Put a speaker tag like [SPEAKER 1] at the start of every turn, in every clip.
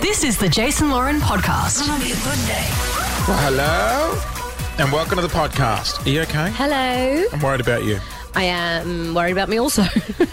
[SPEAKER 1] This is the Jason Lauren podcast.
[SPEAKER 2] Well, hello, and welcome to the podcast. Are you okay?
[SPEAKER 3] Hello.
[SPEAKER 2] I'm worried about you.
[SPEAKER 3] I am worried about me also.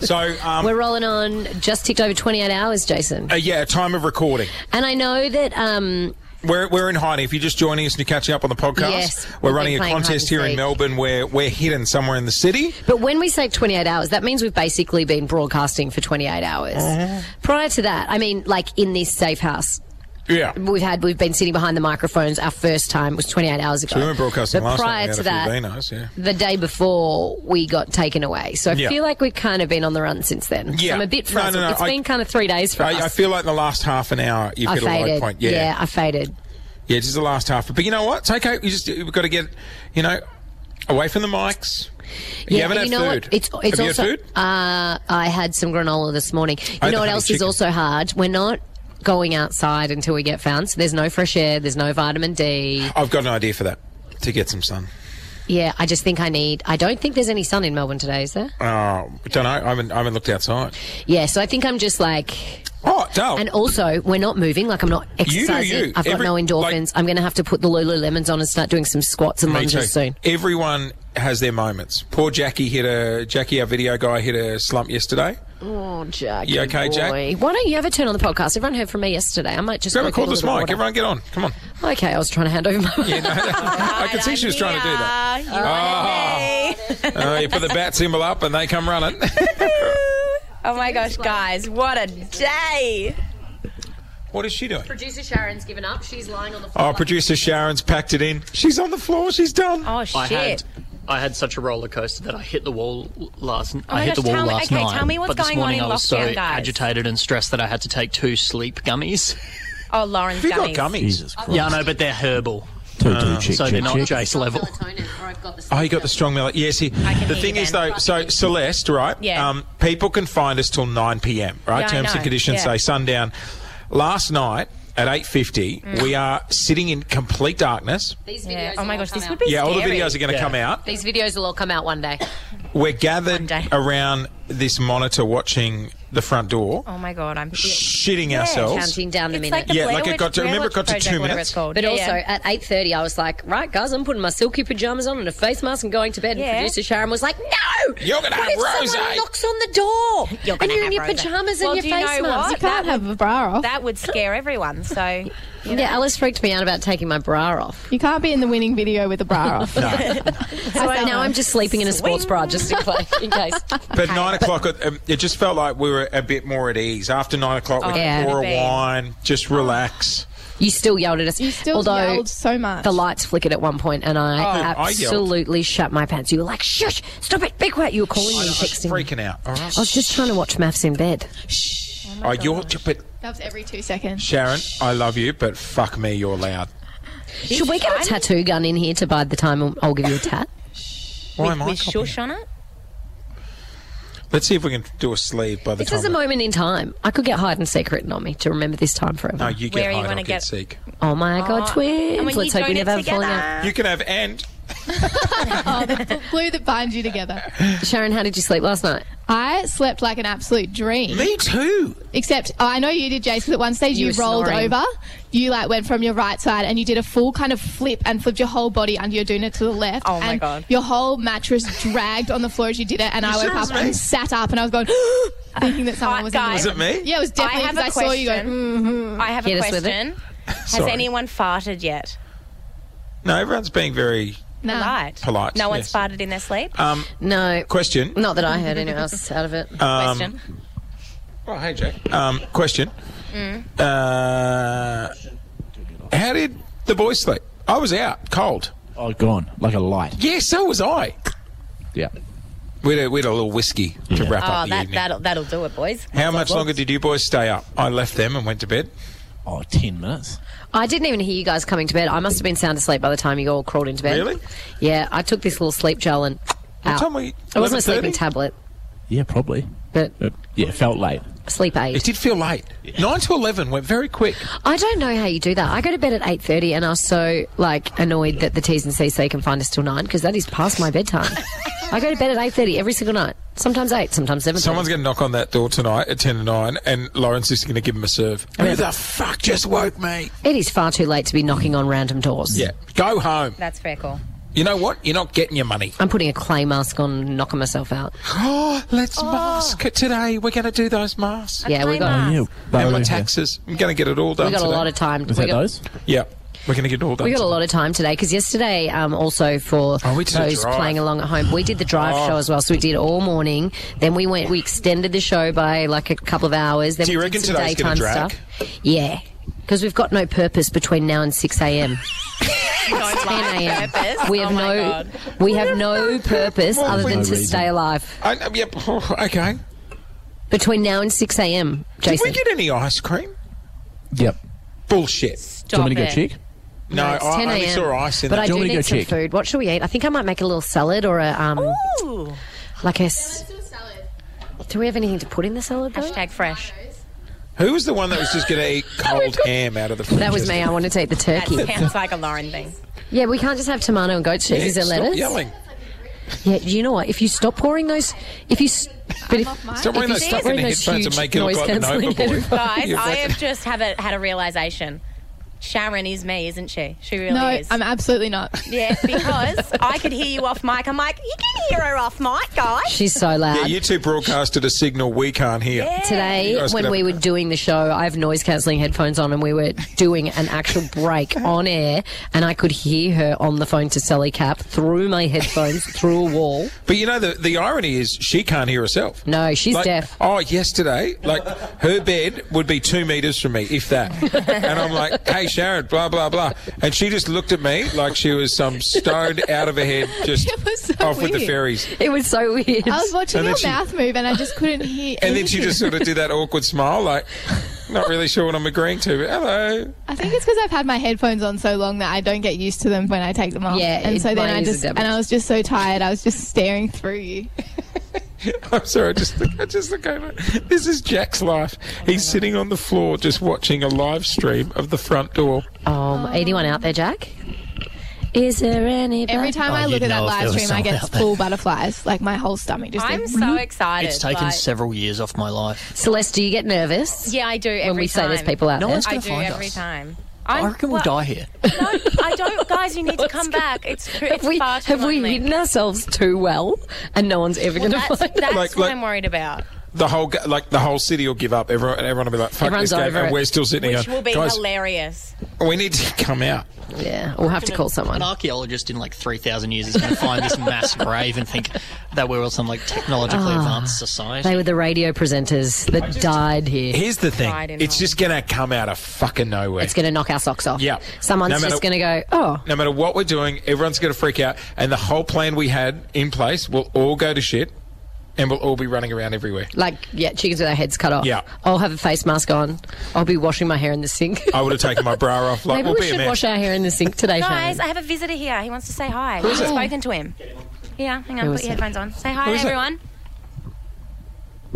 [SPEAKER 2] So, um,
[SPEAKER 3] We're rolling on just ticked over 28 hours, Jason.
[SPEAKER 2] uh, yeah, time of recording.
[SPEAKER 3] And I know that um,
[SPEAKER 2] We're, we're in hiding. If you're just joining us and you're catching up on the podcast,
[SPEAKER 3] Yes,
[SPEAKER 2] we're
[SPEAKER 3] we've
[SPEAKER 2] running a
[SPEAKER 3] been playing hide
[SPEAKER 2] contest
[SPEAKER 3] and
[SPEAKER 2] here in
[SPEAKER 3] seek.
[SPEAKER 2] Melbourne where we're hidden somewhere in the city.
[SPEAKER 3] But when we say 28 hours, that means we've basically been broadcasting for 28 hours.
[SPEAKER 2] Uh-huh.
[SPEAKER 3] Prior to that, I mean, like in this safe house.
[SPEAKER 2] Yeah.
[SPEAKER 3] We've had we've been sitting behind the microphones. Our first time was 28 hours ago.
[SPEAKER 2] We weren't broadcasting
[SPEAKER 3] but
[SPEAKER 2] last
[SPEAKER 3] prior
[SPEAKER 2] night. We
[SPEAKER 3] to
[SPEAKER 2] had a few
[SPEAKER 3] that,
[SPEAKER 2] Vinos, yeah.
[SPEAKER 3] the day before we got taken away. So I
[SPEAKER 2] Yeah.
[SPEAKER 3] feel like we've kind of been on the run since then.
[SPEAKER 2] Yeah.
[SPEAKER 3] I'm a bit
[SPEAKER 2] No, no,
[SPEAKER 3] frazzled.
[SPEAKER 2] no,
[SPEAKER 3] It's
[SPEAKER 2] I-
[SPEAKER 3] been kind of three days for us.
[SPEAKER 2] I, I feel like in the last half an hour you've
[SPEAKER 3] I
[SPEAKER 2] hit a low
[SPEAKER 3] faded.
[SPEAKER 2] point.
[SPEAKER 3] yeah, I faded.
[SPEAKER 2] Yeah, just the last half. But you know what? It's okay. You just we've got to get, you know, away from the mics. you haven't
[SPEAKER 3] and
[SPEAKER 2] had
[SPEAKER 3] you know
[SPEAKER 2] food.
[SPEAKER 3] What? It's it's
[SPEAKER 2] Have
[SPEAKER 3] also.
[SPEAKER 2] you had food?
[SPEAKER 3] Uh, I had some granola this morning. You
[SPEAKER 2] I had
[SPEAKER 3] know
[SPEAKER 2] the
[SPEAKER 3] what
[SPEAKER 2] honey
[SPEAKER 3] else is
[SPEAKER 2] chicken.
[SPEAKER 3] also hard? We're not going outside until we get found. So there's no fresh air. There's no vitamin D.
[SPEAKER 2] I've got an idea for that. To get some sun.
[SPEAKER 3] Yeah, I just think I need. I don't think there's any sun in Melbourne today, is there?
[SPEAKER 2] Oh, don't know. I haven't, I haven't looked outside.
[SPEAKER 3] Yeah, so I think I'm just like.
[SPEAKER 2] Oh, Dale.
[SPEAKER 3] And also, we're not moving. Like I'm not
[SPEAKER 2] you.
[SPEAKER 3] exercising. I've got
[SPEAKER 2] Every-
[SPEAKER 3] no endorphins. I'm going to have to put the Lululemons on and start doing some squats and
[SPEAKER 2] Me too.
[SPEAKER 3] lunges soon.
[SPEAKER 2] Everyone has their moments. Poor Jackie hit a Jackie, our video guy, hit a slump yesterday.
[SPEAKER 3] Oh, Jack.
[SPEAKER 2] You okay,
[SPEAKER 3] boy.
[SPEAKER 2] Jack?
[SPEAKER 3] Why don't you ever turn on the podcast? Everyone heard from me yesterday. I might just
[SPEAKER 2] Grab a
[SPEAKER 3] go get
[SPEAKER 2] cordless
[SPEAKER 3] little
[SPEAKER 2] mic.
[SPEAKER 3] water.
[SPEAKER 2] Everyone, get on. Come on.
[SPEAKER 3] Okay, I was trying to hand over my.
[SPEAKER 2] Yeah, no, no. I could see she was trying to do that.
[SPEAKER 4] You wanted me.
[SPEAKER 2] Uh, you put the bat symbol up, and they come running.
[SPEAKER 4] Oh my gosh, guys, what a day!
[SPEAKER 2] what is she doing?
[SPEAKER 3] Producer Sharon's given up. She's lying on the floor.
[SPEAKER 2] Oh, producer Sharon's packed it in. She's on the floor. She's done.
[SPEAKER 4] Oh shit!
[SPEAKER 5] I had I had such a roller coaster that I hit the wall last. I
[SPEAKER 4] Oh my
[SPEAKER 5] hit
[SPEAKER 4] gosh,
[SPEAKER 5] the wall
[SPEAKER 4] tell me-
[SPEAKER 5] last
[SPEAKER 4] okay,
[SPEAKER 5] night.
[SPEAKER 4] tell me what's
[SPEAKER 5] but this
[SPEAKER 4] going on
[SPEAKER 5] morning
[SPEAKER 4] in
[SPEAKER 5] I was so
[SPEAKER 4] lockdown, guys.
[SPEAKER 5] agitated and stressed that I had to take two sleep gummies.
[SPEAKER 4] oh, Lauren's
[SPEAKER 2] you got
[SPEAKER 4] gummies.
[SPEAKER 2] gummies.
[SPEAKER 6] Jesus Christ.
[SPEAKER 5] yeah, I know, but they're herbal,
[SPEAKER 6] Two, two, chick,
[SPEAKER 5] so they're
[SPEAKER 6] chick,
[SPEAKER 5] not
[SPEAKER 6] chick.
[SPEAKER 5] Jace level.
[SPEAKER 2] Oh, you got the strong melody. Yes, he,
[SPEAKER 4] can
[SPEAKER 2] the
[SPEAKER 4] hear
[SPEAKER 2] thing
[SPEAKER 4] you
[SPEAKER 2] is,
[SPEAKER 4] then.
[SPEAKER 2] though, so Celeste, right? um,
[SPEAKER 4] Yeah.
[SPEAKER 2] people can find us till 9 p.m., right?
[SPEAKER 4] Yeah, I
[SPEAKER 2] Terms and
[SPEAKER 4] know.
[SPEAKER 2] conditions
[SPEAKER 4] Yeah.
[SPEAKER 2] say sundown. Last night at 8.50,
[SPEAKER 4] Mm.
[SPEAKER 2] we are sitting in complete darkness.
[SPEAKER 3] These
[SPEAKER 4] Yeah.
[SPEAKER 3] videos
[SPEAKER 4] Oh my
[SPEAKER 3] will
[SPEAKER 4] gosh,
[SPEAKER 3] all
[SPEAKER 4] this
[SPEAKER 3] come
[SPEAKER 4] would
[SPEAKER 3] out.
[SPEAKER 4] be
[SPEAKER 2] yeah, all the
[SPEAKER 4] scary.
[SPEAKER 2] videos are going to
[SPEAKER 5] Yeah.
[SPEAKER 2] come out.
[SPEAKER 3] These videos will all come out one day.
[SPEAKER 2] We're
[SPEAKER 4] One
[SPEAKER 2] gathered
[SPEAKER 4] day.
[SPEAKER 2] around this monitor watching the front door,
[SPEAKER 4] Oh my god, I'm.
[SPEAKER 2] shitting ourselves.
[SPEAKER 3] Counting down the
[SPEAKER 4] It's
[SPEAKER 3] minutes.
[SPEAKER 4] like the
[SPEAKER 2] Yeah,
[SPEAKER 4] Blair
[SPEAKER 2] like it
[SPEAKER 4] Witch-
[SPEAKER 2] got to-
[SPEAKER 4] Blair
[SPEAKER 2] remember it
[SPEAKER 4] Witch
[SPEAKER 2] got to
[SPEAKER 4] Project,
[SPEAKER 2] two
[SPEAKER 4] whatever
[SPEAKER 2] minutes?
[SPEAKER 4] it's called.
[SPEAKER 3] but
[SPEAKER 4] Yeah,
[SPEAKER 3] also
[SPEAKER 4] yeah.
[SPEAKER 3] at eight thirty, I was like, "Right, guys, I'm putting my silky pajamas on and a face mask and going to bed." And
[SPEAKER 4] Yeah.
[SPEAKER 3] producer Sharon was like, "No,
[SPEAKER 2] You're gonna
[SPEAKER 3] what
[SPEAKER 2] have
[SPEAKER 3] if
[SPEAKER 2] rosé."
[SPEAKER 3] someone knocks on the door
[SPEAKER 4] You're
[SPEAKER 3] and
[SPEAKER 4] gonna
[SPEAKER 3] you're in
[SPEAKER 4] have
[SPEAKER 3] your
[SPEAKER 4] rosé.
[SPEAKER 3] pajamas
[SPEAKER 4] Well,
[SPEAKER 3] and
[SPEAKER 4] do
[SPEAKER 3] your
[SPEAKER 4] you
[SPEAKER 3] face
[SPEAKER 4] know
[SPEAKER 3] mask?"
[SPEAKER 4] what? That
[SPEAKER 7] have a bra off.
[SPEAKER 4] that would scare everyone. So
[SPEAKER 3] Yeah, Alice freaked me out about taking my bra off.
[SPEAKER 7] you can't be in the winning video with a bra off.
[SPEAKER 3] So now I'm just sleeping in a sports bra just in case. In case.
[SPEAKER 2] But nine o'clock, it, um, it just felt like we were a bit more at ease. After nine o'clock, we
[SPEAKER 3] Oh,
[SPEAKER 2] could
[SPEAKER 3] yeah.
[SPEAKER 2] pour a
[SPEAKER 4] Bed.
[SPEAKER 2] wine, just relax.
[SPEAKER 3] You still yelled at us.
[SPEAKER 7] You still
[SPEAKER 3] Although,
[SPEAKER 7] yelled so much.
[SPEAKER 3] The lights flickered at one point, and I
[SPEAKER 2] Oh, I yelled.
[SPEAKER 3] absolutely shut my pants. You were like, "Shush, stop it, be quiet!" You were calling me
[SPEAKER 2] I
[SPEAKER 3] and
[SPEAKER 2] was
[SPEAKER 4] Oh.
[SPEAKER 3] texting. me.
[SPEAKER 2] freaking out. All right.
[SPEAKER 3] I was just trying to watch maths in bed.
[SPEAKER 2] Oh, you're, but
[SPEAKER 7] that was every two seconds.
[SPEAKER 2] Sharon, I love you, but fuck me, you're loud.
[SPEAKER 3] Should we get a tattoo gun in here to bide the time? I'll- I'll give you a tat.
[SPEAKER 2] Why
[SPEAKER 4] with,
[SPEAKER 2] am I?
[SPEAKER 4] with
[SPEAKER 2] copying?
[SPEAKER 4] shush on it.
[SPEAKER 2] Let's see if we can do a sleeve by the
[SPEAKER 3] this
[SPEAKER 2] time.
[SPEAKER 3] is a
[SPEAKER 2] we-
[SPEAKER 3] moment in time. I could get hide and seek written on me to remember this time forever.
[SPEAKER 2] no, you get
[SPEAKER 4] Where are you
[SPEAKER 2] hide, I'll
[SPEAKER 4] gonna
[SPEAKER 2] get,
[SPEAKER 4] get-
[SPEAKER 2] seek.
[SPEAKER 3] oh my god,
[SPEAKER 4] And
[SPEAKER 3] twins!
[SPEAKER 4] when
[SPEAKER 3] Let's
[SPEAKER 4] you
[SPEAKER 3] hope we
[SPEAKER 4] join it
[SPEAKER 3] never have a falling out.
[SPEAKER 4] together.
[SPEAKER 2] You can have and.
[SPEAKER 7] Glue that binds you together.
[SPEAKER 3] Sharon, how did you sleep last night?
[SPEAKER 7] I slept like an absolute dream.
[SPEAKER 2] Me too.
[SPEAKER 7] Except oh, I know you did, Jace, because at one stage
[SPEAKER 3] You
[SPEAKER 7] you,
[SPEAKER 3] were
[SPEAKER 7] rolled
[SPEAKER 3] snoring.
[SPEAKER 7] over. You like went from your right side and you did a full kind of flip and flipped your whole body under your doona to the left.
[SPEAKER 4] Oh, my
[SPEAKER 7] and
[SPEAKER 4] God.
[SPEAKER 7] Your whole mattress dragged on the floor as you did it, and I
[SPEAKER 2] sure
[SPEAKER 7] woke
[SPEAKER 2] it was
[SPEAKER 7] up
[SPEAKER 2] me?
[SPEAKER 7] and sat up, and I was going thinking that
[SPEAKER 4] Right,
[SPEAKER 7] someone was in the
[SPEAKER 4] guys.
[SPEAKER 2] Is it me?
[SPEAKER 7] Yeah, it was definitely
[SPEAKER 4] I have
[SPEAKER 7] because I
[SPEAKER 4] a
[SPEAKER 7] saw you go.
[SPEAKER 4] question.
[SPEAKER 7] "Mm."
[SPEAKER 4] I have
[SPEAKER 3] Hit
[SPEAKER 4] a
[SPEAKER 3] us with it.
[SPEAKER 4] question. Has
[SPEAKER 2] Sorry.
[SPEAKER 4] anyone farted yet?
[SPEAKER 2] No, everyone's being very.
[SPEAKER 7] No.
[SPEAKER 4] Polite.
[SPEAKER 2] Polite,
[SPEAKER 4] No one's
[SPEAKER 2] yes.
[SPEAKER 4] farted in their sleep.
[SPEAKER 2] Um,
[SPEAKER 3] No,
[SPEAKER 2] question.
[SPEAKER 3] not that I heard anyone else out of it.
[SPEAKER 2] Uh.
[SPEAKER 4] question.
[SPEAKER 2] Oh, hey, Jack. Um, question.
[SPEAKER 4] Mm.
[SPEAKER 2] Uh, how did the boys sleep? I was out, cold.
[SPEAKER 6] Oh, gone. Like a light.
[SPEAKER 2] Yeah, so was I.
[SPEAKER 6] Yeah.
[SPEAKER 2] We had a, we had a little whiskey to wrap
[SPEAKER 4] Oh,
[SPEAKER 2] up the
[SPEAKER 4] that,
[SPEAKER 2] evening.
[SPEAKER 4] that'll that'll do it, boys.
[SPEAKER 2] How much longer did you boys stay up? I left them and went to bed.
[SPEAKER 6] Oh, 10 minutes.
[SPEAKER 3] I didn't even hear you guys coming to bed. I must have been sound asleep by the time you all crawled into bed.
[SPEAKER 2] Really?
[SPEAKER 3] Yeah, I took this little sleep gel and out.
[SPEAKER 2] time were you-
[SPEAKER 3] it wasn't a
[SPEAKER 2] 11:30?
[SPEAKER 3] sleeping tablet,
[SPEAKER 6] Yeah, probably.
[SPEAKER 3] but
[SPEAKER 6] But, yeah, felt late.
[SPEAKER 3] sleep
[SPEAKER 2] It
[SPEAKER 3] aid.
[SPEAKER 2] did feel late. Nine to eleven went very quick.
[SPEAKER 3] I don't know how you do that. I go to bed at eight thirty, and I was so like annoyed that the T's and C's say can find us till nine because that is past my bedtime. I go to bed at eight thirty every single night. Sometimes eight, sometimes seven.
[SPEAKER 2] Someone's going to knock on that door tonight at 10 to 9, and Lawrence is going to give him a serve. Who the fuck just woke me?
[SPEAKER 3] It is far too late to be knocking on random doors.
[SPEAKER 2] Yeah. Go home.
[SPEAKER 4] That's fair call.
[SPEAKER 2] You know what? You're not getting your money.
[SPEAKER 3] I'm putting a clay mask on, knocking myself out.
[SPEAKER 2] Oh, let's mask it today. We're going to do those masks.
[SPEAKER 3] yeah, we
[SPEAKER 4] clay
[SPEAKER 3] got
[SPEAKER 4] mask.
[SPEAKER 6] Oh, yeah.
[SPEAKER 2] And
[SPEAKER 6] Barlow,
[SPEAKER 2] my
[SPEAKER 6] yeah.
[SPEAKER 2] taxes. I'm going to get it all done
[SPEAKER 3] we got a
[SPEAKER 2] today.
[SPEAKER 3] lot of time.
[SPEAKER 6] Was
[SPEAKER 3] we
[SPEAKER 6] that
[SPEAKER 3] got,
[SPEAKER 6] those?
[SPEAKER 2] Yeah. We're going to get it all done.
[SPEAKER 3] We got a
[SPEAKER 2] today.
[SPEAKER 3] lot of time today because yesterday, um, also for
[SPEAKER 2] Oh, we did a
[SPEAKER 3] those
[SPEAKER 2] drive.
[SPEAKER 3] playing along at home, we did the drive
[SPEAKER 2] Oh.
[SPEAKER 3] show as well. So we did all morning. Then we went, we extended the show by like a couple of hours. Then
[SPEAKER 2] Do you
[SPEAKER 3] we
[SPEAKER 2] reckon
[SPEAKER 3] did some
[SPEAKER 2] today's
[SPEAKER 3] daytime
[SPEAKER 2] gonna drag?
[SPEAKER 3] stuff. Yeah, because we've got no purpose between now and six a.m. 10 a.m.
[SPEAKER 4] purpose?
[SPEAKER 3] We have
[SPEAKER 4] Oh my
[SPEAKER 3] no,
[SPEAKER 4] God.
[SPEAKER 3] we have no purpose other than
[SPEAKER 6] No
[SPEAKER 3] to
[SPEAKER 6] reason.
[SPEAKER 3] stay alive
[SPEAKER 2] I, know, yep. Oh, okay.
[SPEAKER 3] between now and six a.m.
[SPEAKER 2] Did
[SPEAKER 3] Jason,
[SPEAKER 2] we get any ice cream?
[SPEAKER 6] Yep.
[SPEAKER 2] Bullshit.
[SPEAKER 6] Do you
[SPEAKER 4] Stop
[SPEAKER 6] want me to go
[SPEAKER 4] it.
[SPEAKER 6] check?
[SPEAKER 2] No,
[SPEAKER 3] it's
[SPEAKER 2] I,
[SPEAKER 3] 10
[SPEAKER 2] I only
[SPEAKER 3] a.m.
[SPEAKER 2] saw ice in
[SPEAKER 3] but
[SPEAKER 2] the
[SPEAKER 3] I
[SPEAKER 6] Do you
[SPEAKER 3] do
[SPEAKER 6] want me to
[SPEAKER 3] need
[SPEAKER 6] go
[SPEAKER 3] some
[SPEAKER 6] check?
[SPEAKER 3] food. What should we eat? I think I might make a little salad or a um,
[SPEAKER 4] Ooh.
[SPEAKER 3] like a. s- Do we have anything to put in the salad? Though?
[SPEAKER 4] Hashtag fresh.
[SPEAKER 2] Who was the one that was just going to eat cold ham out of the fridge?
[SPEAKER 3] That was me. I wanted to eat the turkey.
[SPEAKER 4] That sounds like a Lauren thing.
[SPEAKER 3] Yeah, we can't just have tomato and goat cheese.
[SPEAKER 2] Yeah,
[SPEAKER 3] Is there
[SPEAKER 2] stop
[SPEAKER 3] lettuce?
[SPEAKER 2] yelling.
[SPEAKER 3] Yeah, you know what? If you stop pouring those, if you s- but if,
[SPEAKER 2] Stop wearing
[SPEAKER 3] you
[SPEAKER 2] those
[SPEAKER 3] see it-
[SPEAKER 2] stuff in the
[SPEAKER 3] wearing those
[SPEAKER 2] headphones and
[SPEAKER 3] huge
[SPEAKER 2] make it look like an
[SPEAKER 3] noise-cancelling
[SPEAKER 2] overboard.
[SPEAKER 3] headphones.
[SPEAKER 4] Guys, I have just have a, had a realization. Sharon is me, isn't she? She really
[SPEAKER 7] No,
[SPEAKER 4] is.
[SPEAKER 7] I'm absolutely not.
[SPEAKER 4] yeah, because I could hear you off mic. I'm like, you can hear her off mic, guys.
[SPEAKER 3] She's so loud.
[SPEAKER 2] Yeah, you two broadcasted a signal we can't hear.
[SPEAKER 3] Today,
[SPEAKER 2] You guys
[SPEAKER 3] when
[SPEAKER 2] could
[SPEAKER 3] we
[SPEAKER 2] have-
[SPEAKER 3] were doing the show, I have noise cancelling headphones on, and we were doing an actual break on air, and I could hear her on the phone to Sally Cap through my headphones through a wall.
[SPEAKER 2] But you know, the, the irony is she can't hear herself.
[SPEAKER 3] No, she's
[SPEAKER 2] Like,
[SPEAKER 3] deaf.
[SPEAKER 2] Oh, yesterday, like her bed would be two meters from me, if that. And I'm like, hey, Sharon, blah, blah, blah. And she just looked at me like she was some stoned out of her head, just
[SPEAKER 7] It was so
[SPEAKER 2] off with the
[SPEAKER 7] weird.
[SPEAKER 2] fairies.
[SPEAKER 3] It was so weird.
[SPEAKER 7] I was watching
[SPEAKER 2] And then
[SPEAKER 7] your
[SPEAKER 2] she-
[SPEAKER 7] mouth move and I just couldn't hear.
[SPEAKER 2] And then she
[SPEAKER 7] anything.
[SPEAKER 2] just sort of did that awkward smile, like, not really sure what I'm agreeing to, but hello.
[SPEAKER 7] I think it's because I've had my headphones on so long that I don't get used to them when I take them off.
[SPEAKER 3] Yeah,
[SPEAKER 7] and
[SPEAKER 3] it-
[SPEAKER 7] so then
[SPEAKER 3] mine
[SPEAKER 7] I
[SPEAKER 3] is a
[SPEAKER 7] just and
[SPEAKER 3] damage.
[SPEAKER 7] I was just so tired. I was just staring through you.
[SPEAKER 2] I'm sorry, I just look, I just look over. This is Jack's life. He's sitting on the floor just watching a live stream of the front door.
[SPEAKER 3] Um,
[SPEAKER 4] Oh.
[SPEAKER 3] anyone out there, Jack? Is there any?
[SPEAKER 7] Every time I look
[SPEAKER 5] you'd
[SPEAKER 7] at that
[SPEAKER 5] know if there
[SPEAKER 7] live
[SPEAKER 5] was
[SPEAKER 7] stream, I get
[SPEAKER 5] someone out there.
[SPEAKER 7] full butterflies. Like my whole stomach just.
[SPEAKER 4] I'm
[SPEAKER 7] goes, "Mm."
[SPEAKER 4] so excited.
[SPEAKER 5] It's taken
[SPEAKER 4] like-
[SPEAKER 5] several years off my life.
[SPEAKER 3] Celeste, do you get nervous?
[SPEAKER 4] Yeah, I do every
[SPEAKER 3] When we say
[SPEAKER 4] time.
[SPEAKER 3] there's people out
[SPEAKER 5] No
[SPEAKER 3] there.
[SPEAKER 5] one's
[SPEAKER 4] I
[SPEAKER 5] going to
[SPEAKER 4] do
[SPEAKER 5] find
[SPEAKER 4] every
[SPEAKER 5] us.
[SPEAKER 4] time.
[SPEAKER 5] I
[SPEAKER 4] I'm-
[SPEAKER 5] reckon we'll
[SPEAKER 4] well,
[SPEAKER 5] die here.
[SPEAKER 4] No, I don't, guys. You need to come back. It's true. It's
[SPEAKER 3] Have we,
[SPEAKER 4] far too
[SPEAKER 3] have we
[SPEAKER 4] lonely.
[SPEAKER 3] hidden ourselves too well and no one's ever going to
[SPEAKER 4] That's,
[SPEAKER 3] find
[SPEAKER 4] that's
[SPEAKER 3] out?
[SPEAKER 2] Like-
[SPEAKER 4] what
[SPEAKER 2] like-
[SPEAKER 4] I'm worried about.
[SPEAKER 2] The whole, ga- like, the whole city will give up. Everyone, and everyone will be like, fuck
[SPEAKER 3] Everyone's
[SPEAKER 2] this game.
[SPEAKER 3] over
[SPEAKER 2] and
[SPEAKER 3] it.
[SPEAKER 2] we're still sitting
[SPEAKER 4] Which
[SPEAKER 2] here.
[SPEAKER 4] will be
[SPEAKER 2] Guys,
[SPEAKER 4] hilarious.
[SPEAKER 2] we need to come out.
[SPEAKER 3] Yeah, we'll have to call someone.
[SPEAKER 5] An archaeologist in like 3,000 years is going to find this mass grave and think that we're all some like technologically
[SPEAKER 4] Ah.
[SPEAKER 5] advanced society.
[SPEAKER 3] They were the radio presenters that died here.
[SPEAKER 2] Here's the thing.
[SPEAKER 4] Right in
[SPEAKER 2] It's
[SPEAKER 4] line.
[SPEAKER 2] just going to come out of fucking nowhere.
[SPEAKER 3] It's going to knock our socks off.
[SPEAKER 2] Yeah.
[SPEAKER 3] Someone's
[SPEAKER 2] No matter-
[SPEAKER 3] just going to go, oh,
[SPEAKER 2] no matter what we're doing, everyone's going to freak out, and the whole plan we had in place will all go to shit, and we'll all be running around everywhere.
[SPEAKER 3] like, yeah, chickens with their heads cut off.
[SPEAKER 2] Yeah.
[SPEAKER 3] I'll have a face mask on. I'll be washing my hair in the sink.
[SPEAKER 2] I would have taken my bra off. Like,
[SPEAKER 3] Maybe
[SPEAKER 2] Oh, we'll
[SPEAKER 3] we
[SPEAKER 2] be a
[SPEAKER 3] should
[SPEAKER 2] man.
[SPEAKER 3] wash our hair in the sink today,
[SPEAKER 4] Guys,
[SPEAKER 3] Shane.
[SPEAKER 4] I have a visitor here. He wants to say hi. I've spoken to him. Yeah, hang on.
[SPEAKER 3] Who
[SPEAKER 4] Put
[SPEAKER 3] is
[SPEAKER 4] your
[SPEAKER 3] it?
[SPEAKER 4] headphones on. Say hi,
[SPEAKER 2] Who
[SPEAKER 4] to
[SPEAKER 2] is it?
[SPEAKER 4] everyone.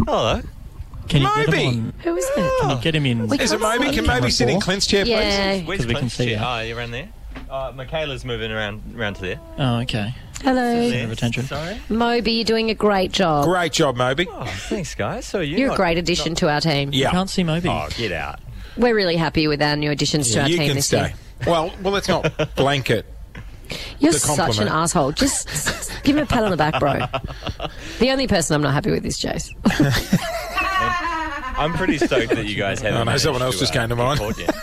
[SPEAKER 8] Oh, Hello.
[SPEAKER 9] Can you get
[SPEAKER 2] Moby!
[SPEAKER 9] him,
[SPEAKER 3] Who is that?
[SPEAKER 9] on, get him
[SPEAKER 4] Oh,
[SPEAKER 9] in?
[SPEAKER 2] Is it Moby? Can Moby sit in Clint's chair, please?
[SPEAKER 3] Yeah.
[SPEAKER 8] Where's
[SPEAKER 9] we can
[SPEAKER 8] Clint's
[SPEAKER 9] see
[SPEAKER 8] chair?
[SPEAKER 9] her.
[SPEAKER 8] Oh, you're around there. Uh, Michaela's moving around around to there.
[SPEAKER 9] Oh, okay.
[SPEAKER 3] Hello.
[SPEAKER 9] Center of attention.
[SPEAKER 8] Sorry.
[SPEAKER 3] Moby, you're doing a great job.
[SPEAKER 2] Great job, Moby.
[SPEAKER 8] Oh, thanks, guys. So you
[SPEAKER 3] You're a great addition to our team.
[SPEAKER 9] I
[SPEAKER 2] Yeah.
[SPEAKER 9] can't see Moby.
[SPEAKER 8] Oh, get out.
[SPEAKER 3] We're really happy with our new additions to our
[SPEAKER 2] You
[SPEAKER 3] team
[SPEAKER 2] can
[SPEAKER 3] this
[SPEAKER 2] stay.
[SPEAKER 3] year.
[SPEAKER 2] Well, well, let's not blanket.
[SPEAKER 3] You're
[SPEAKER 2] the
[SPEAKER 3] such an
[SPEAKER 2] compliment.
[SPEAKER 3] asshole. Just give him a pat on the back, bro. The only person I'm not happy with is Jace.
[SPEAKER 8] I'm pretty stoked that you guys haven't.
[SPEAKER 2] no,
[SPEAKER 8] managed
[SPEAKER 2] someone else
[SPEAKER 8] to,
[SPEAKER 2] just
[SPEAKER 8] uh,
[SPEAKER 2] came to
[SPEAKER 8] get
[SPEAKER 2] mind.
[SPEAKER 8] caught yet.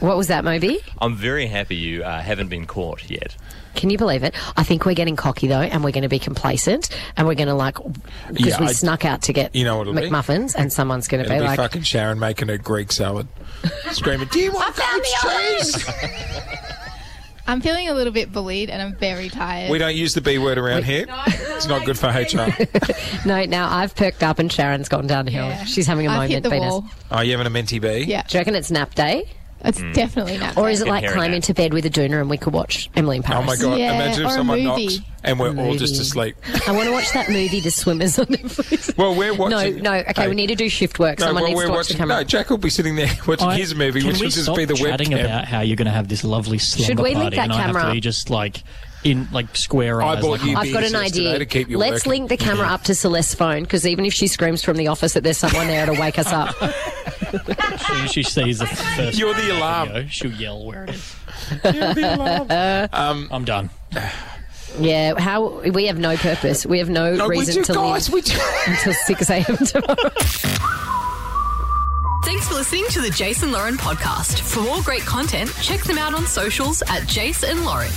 [SPEAKER 3] What was that, Moby?
[SPEAKER 8] I'm very happy you uh, haven't been caught yet.
[SPEAKER 3] Can you believe it? I think we're getting cocky though, and we're going to be complacent, and we're going to like because
[SPEAKER 2] Yeah,
[SPEAKER 3] we
[SPEAKER 2] I-
[SPEAKER 3] snuck out to get
[SPEAKER 2] You know what it'll be?
[SPEAKER 3] McMuffins, and someone's going to
[SPEAKER 2] It'll
[SPEAKER 3] be
[SPEAKER 2] be
[SPEAKER 3] like,
[SPEAKER 2] fucking Sharon making a Greek salad, screaming, "Do you want goat cheese?"
[SPEAKER 7] I'm feeling a little bit bullied and I'm very tired.
[SPEAKER 2] We don't use the B word around here. it's not good for HR.
[SPEAKER 3] "No, now I've perked up, and Sharon's gone downhill.
[SPEAKER 7] Yeah.
[SPEAKER 3] She's having a
[SPEAKER 7] I've
[SPEAKER 3] moment."
[SPEAKER 7] hit the
[SPEAKER 3] Venus.
[SPEAKER 7] wall.
[SPEAKER 2] Are you having a menti B?
[SPEAKER 7] Yeah,
[SPEAKER 3] Do you reckon it's nap day,
[SPEAKER 7] it's
[SPEAKER 2] Mm.
[SPEAKER 7] definitely not.
[SPEAKER 3] or is it
[SPEAKER 8] Can
[SPEAKER 3] like
[SPEAKER 8] hear it
[SPEAKER 3] climb
[SPEAKER 8] now.
[SPEAKER 3] into bed with a doona and we could watch Emily in Paris?
[SPEAKER 2] Oh my god!
[SPEAKER 7] Yeah,
[SPEAKER 2] Imagine if
[SPEAKER 7] or a
[SPEAKER 2] someone knocks
[SPEAKER 7] movie.
[SPEAKER 2] and we're all just
[SPEAKER 3] Movie.
[SPEAKER 2] asleep.
[SPEAKER 3] I want to watch that movie, The Swimmers, on Netflix.
[SPEAKER 2] Well, we're
[SPEAKER 3] no,
[SPEAKER 2] watching.
[SPEAKER 3] no. Okay,
[SPEAKER 2] Hey.
[SPEAKER 3] we need to do shift work.
[SPEAKER 2] No,
[SPEAKER 3] Someone
[SPEAKER 2] well,
[SPEAKER 3] needs
[SPEAKER 2] we're
[SPEAKER 3] to watch
[SPEAKER 2] watching.
[SPEAKER 3] the camera.
[SPEAKER 2] No, Jack will be sitting there watching
[SPEAKER 9] I-
[SPEAKER 2] his movie,
[SPEAKER 9] can
[SPEAKER 2] which
[SPEAKER 9] we
[SPEAKER 2] will just
[SPEAKER 9] stop
[SPEAKER 2] be the
[SPEAKER 9] chatting
[SPEAKER 2] webcam.
[SPEAKER 9] about how you're going to have this lovely slumber
[SPEAKER 3] Should we link
[SPEAKER 9] party
[SPEAKER 3] that
[SPEAKER 9] and I
[SPEAKER 3] camera
[SPEAKER 9] have to
[SPEAKER 3] up?
[SPEAKER 9] be just like
[SPEAKER 5] in like square
[SPEAKER 2] I
[SPEAKER 5] eyes.
[SPEAKER 2] bought
[SPEAKER 5] like,
[SPEAKER 2] you
[SPEAKER 3] I've got
[SPEAKER 2] beers
[SPEAKER 3] an
[SPEAKER 2] yesterday
[SPEAKER 3] idea.
[SPEAKER 2] to keep you
[SPEAKER 3] Let's
[SPEAKER 2] working.
[SPEAKER 3] link the camera up to Celeste's phone because even if she screams from the office that there's someone there, it'll wake us up.
[SPEAKER 5] soon as she sees the first
[SPEAKER 2] You're the alarm.
[SPEAKER 5] video, she'll yell where it is. Um,
[SPEAKER 2] You're the alarm.
[SPEAKER 5] I'm done.
[SPEAKER 3] Yeah, how we have no purpose. We have no,
[SPEAKER 2] No, Oh, we
[SPEAKER 3] reason
[SPEAKER 2] do,
[SPEAKER 3] to
[SPEAKER 2] guys.
[SPEAKER 3] live
[SPEAKER 2] We do.
[SPEAKER 3] until six a.m. tomorrow.
[SPEAKER 1] Thanks for listening to the Jason Lauren podcast. For more great content, check them out on socials at Jason Lauren.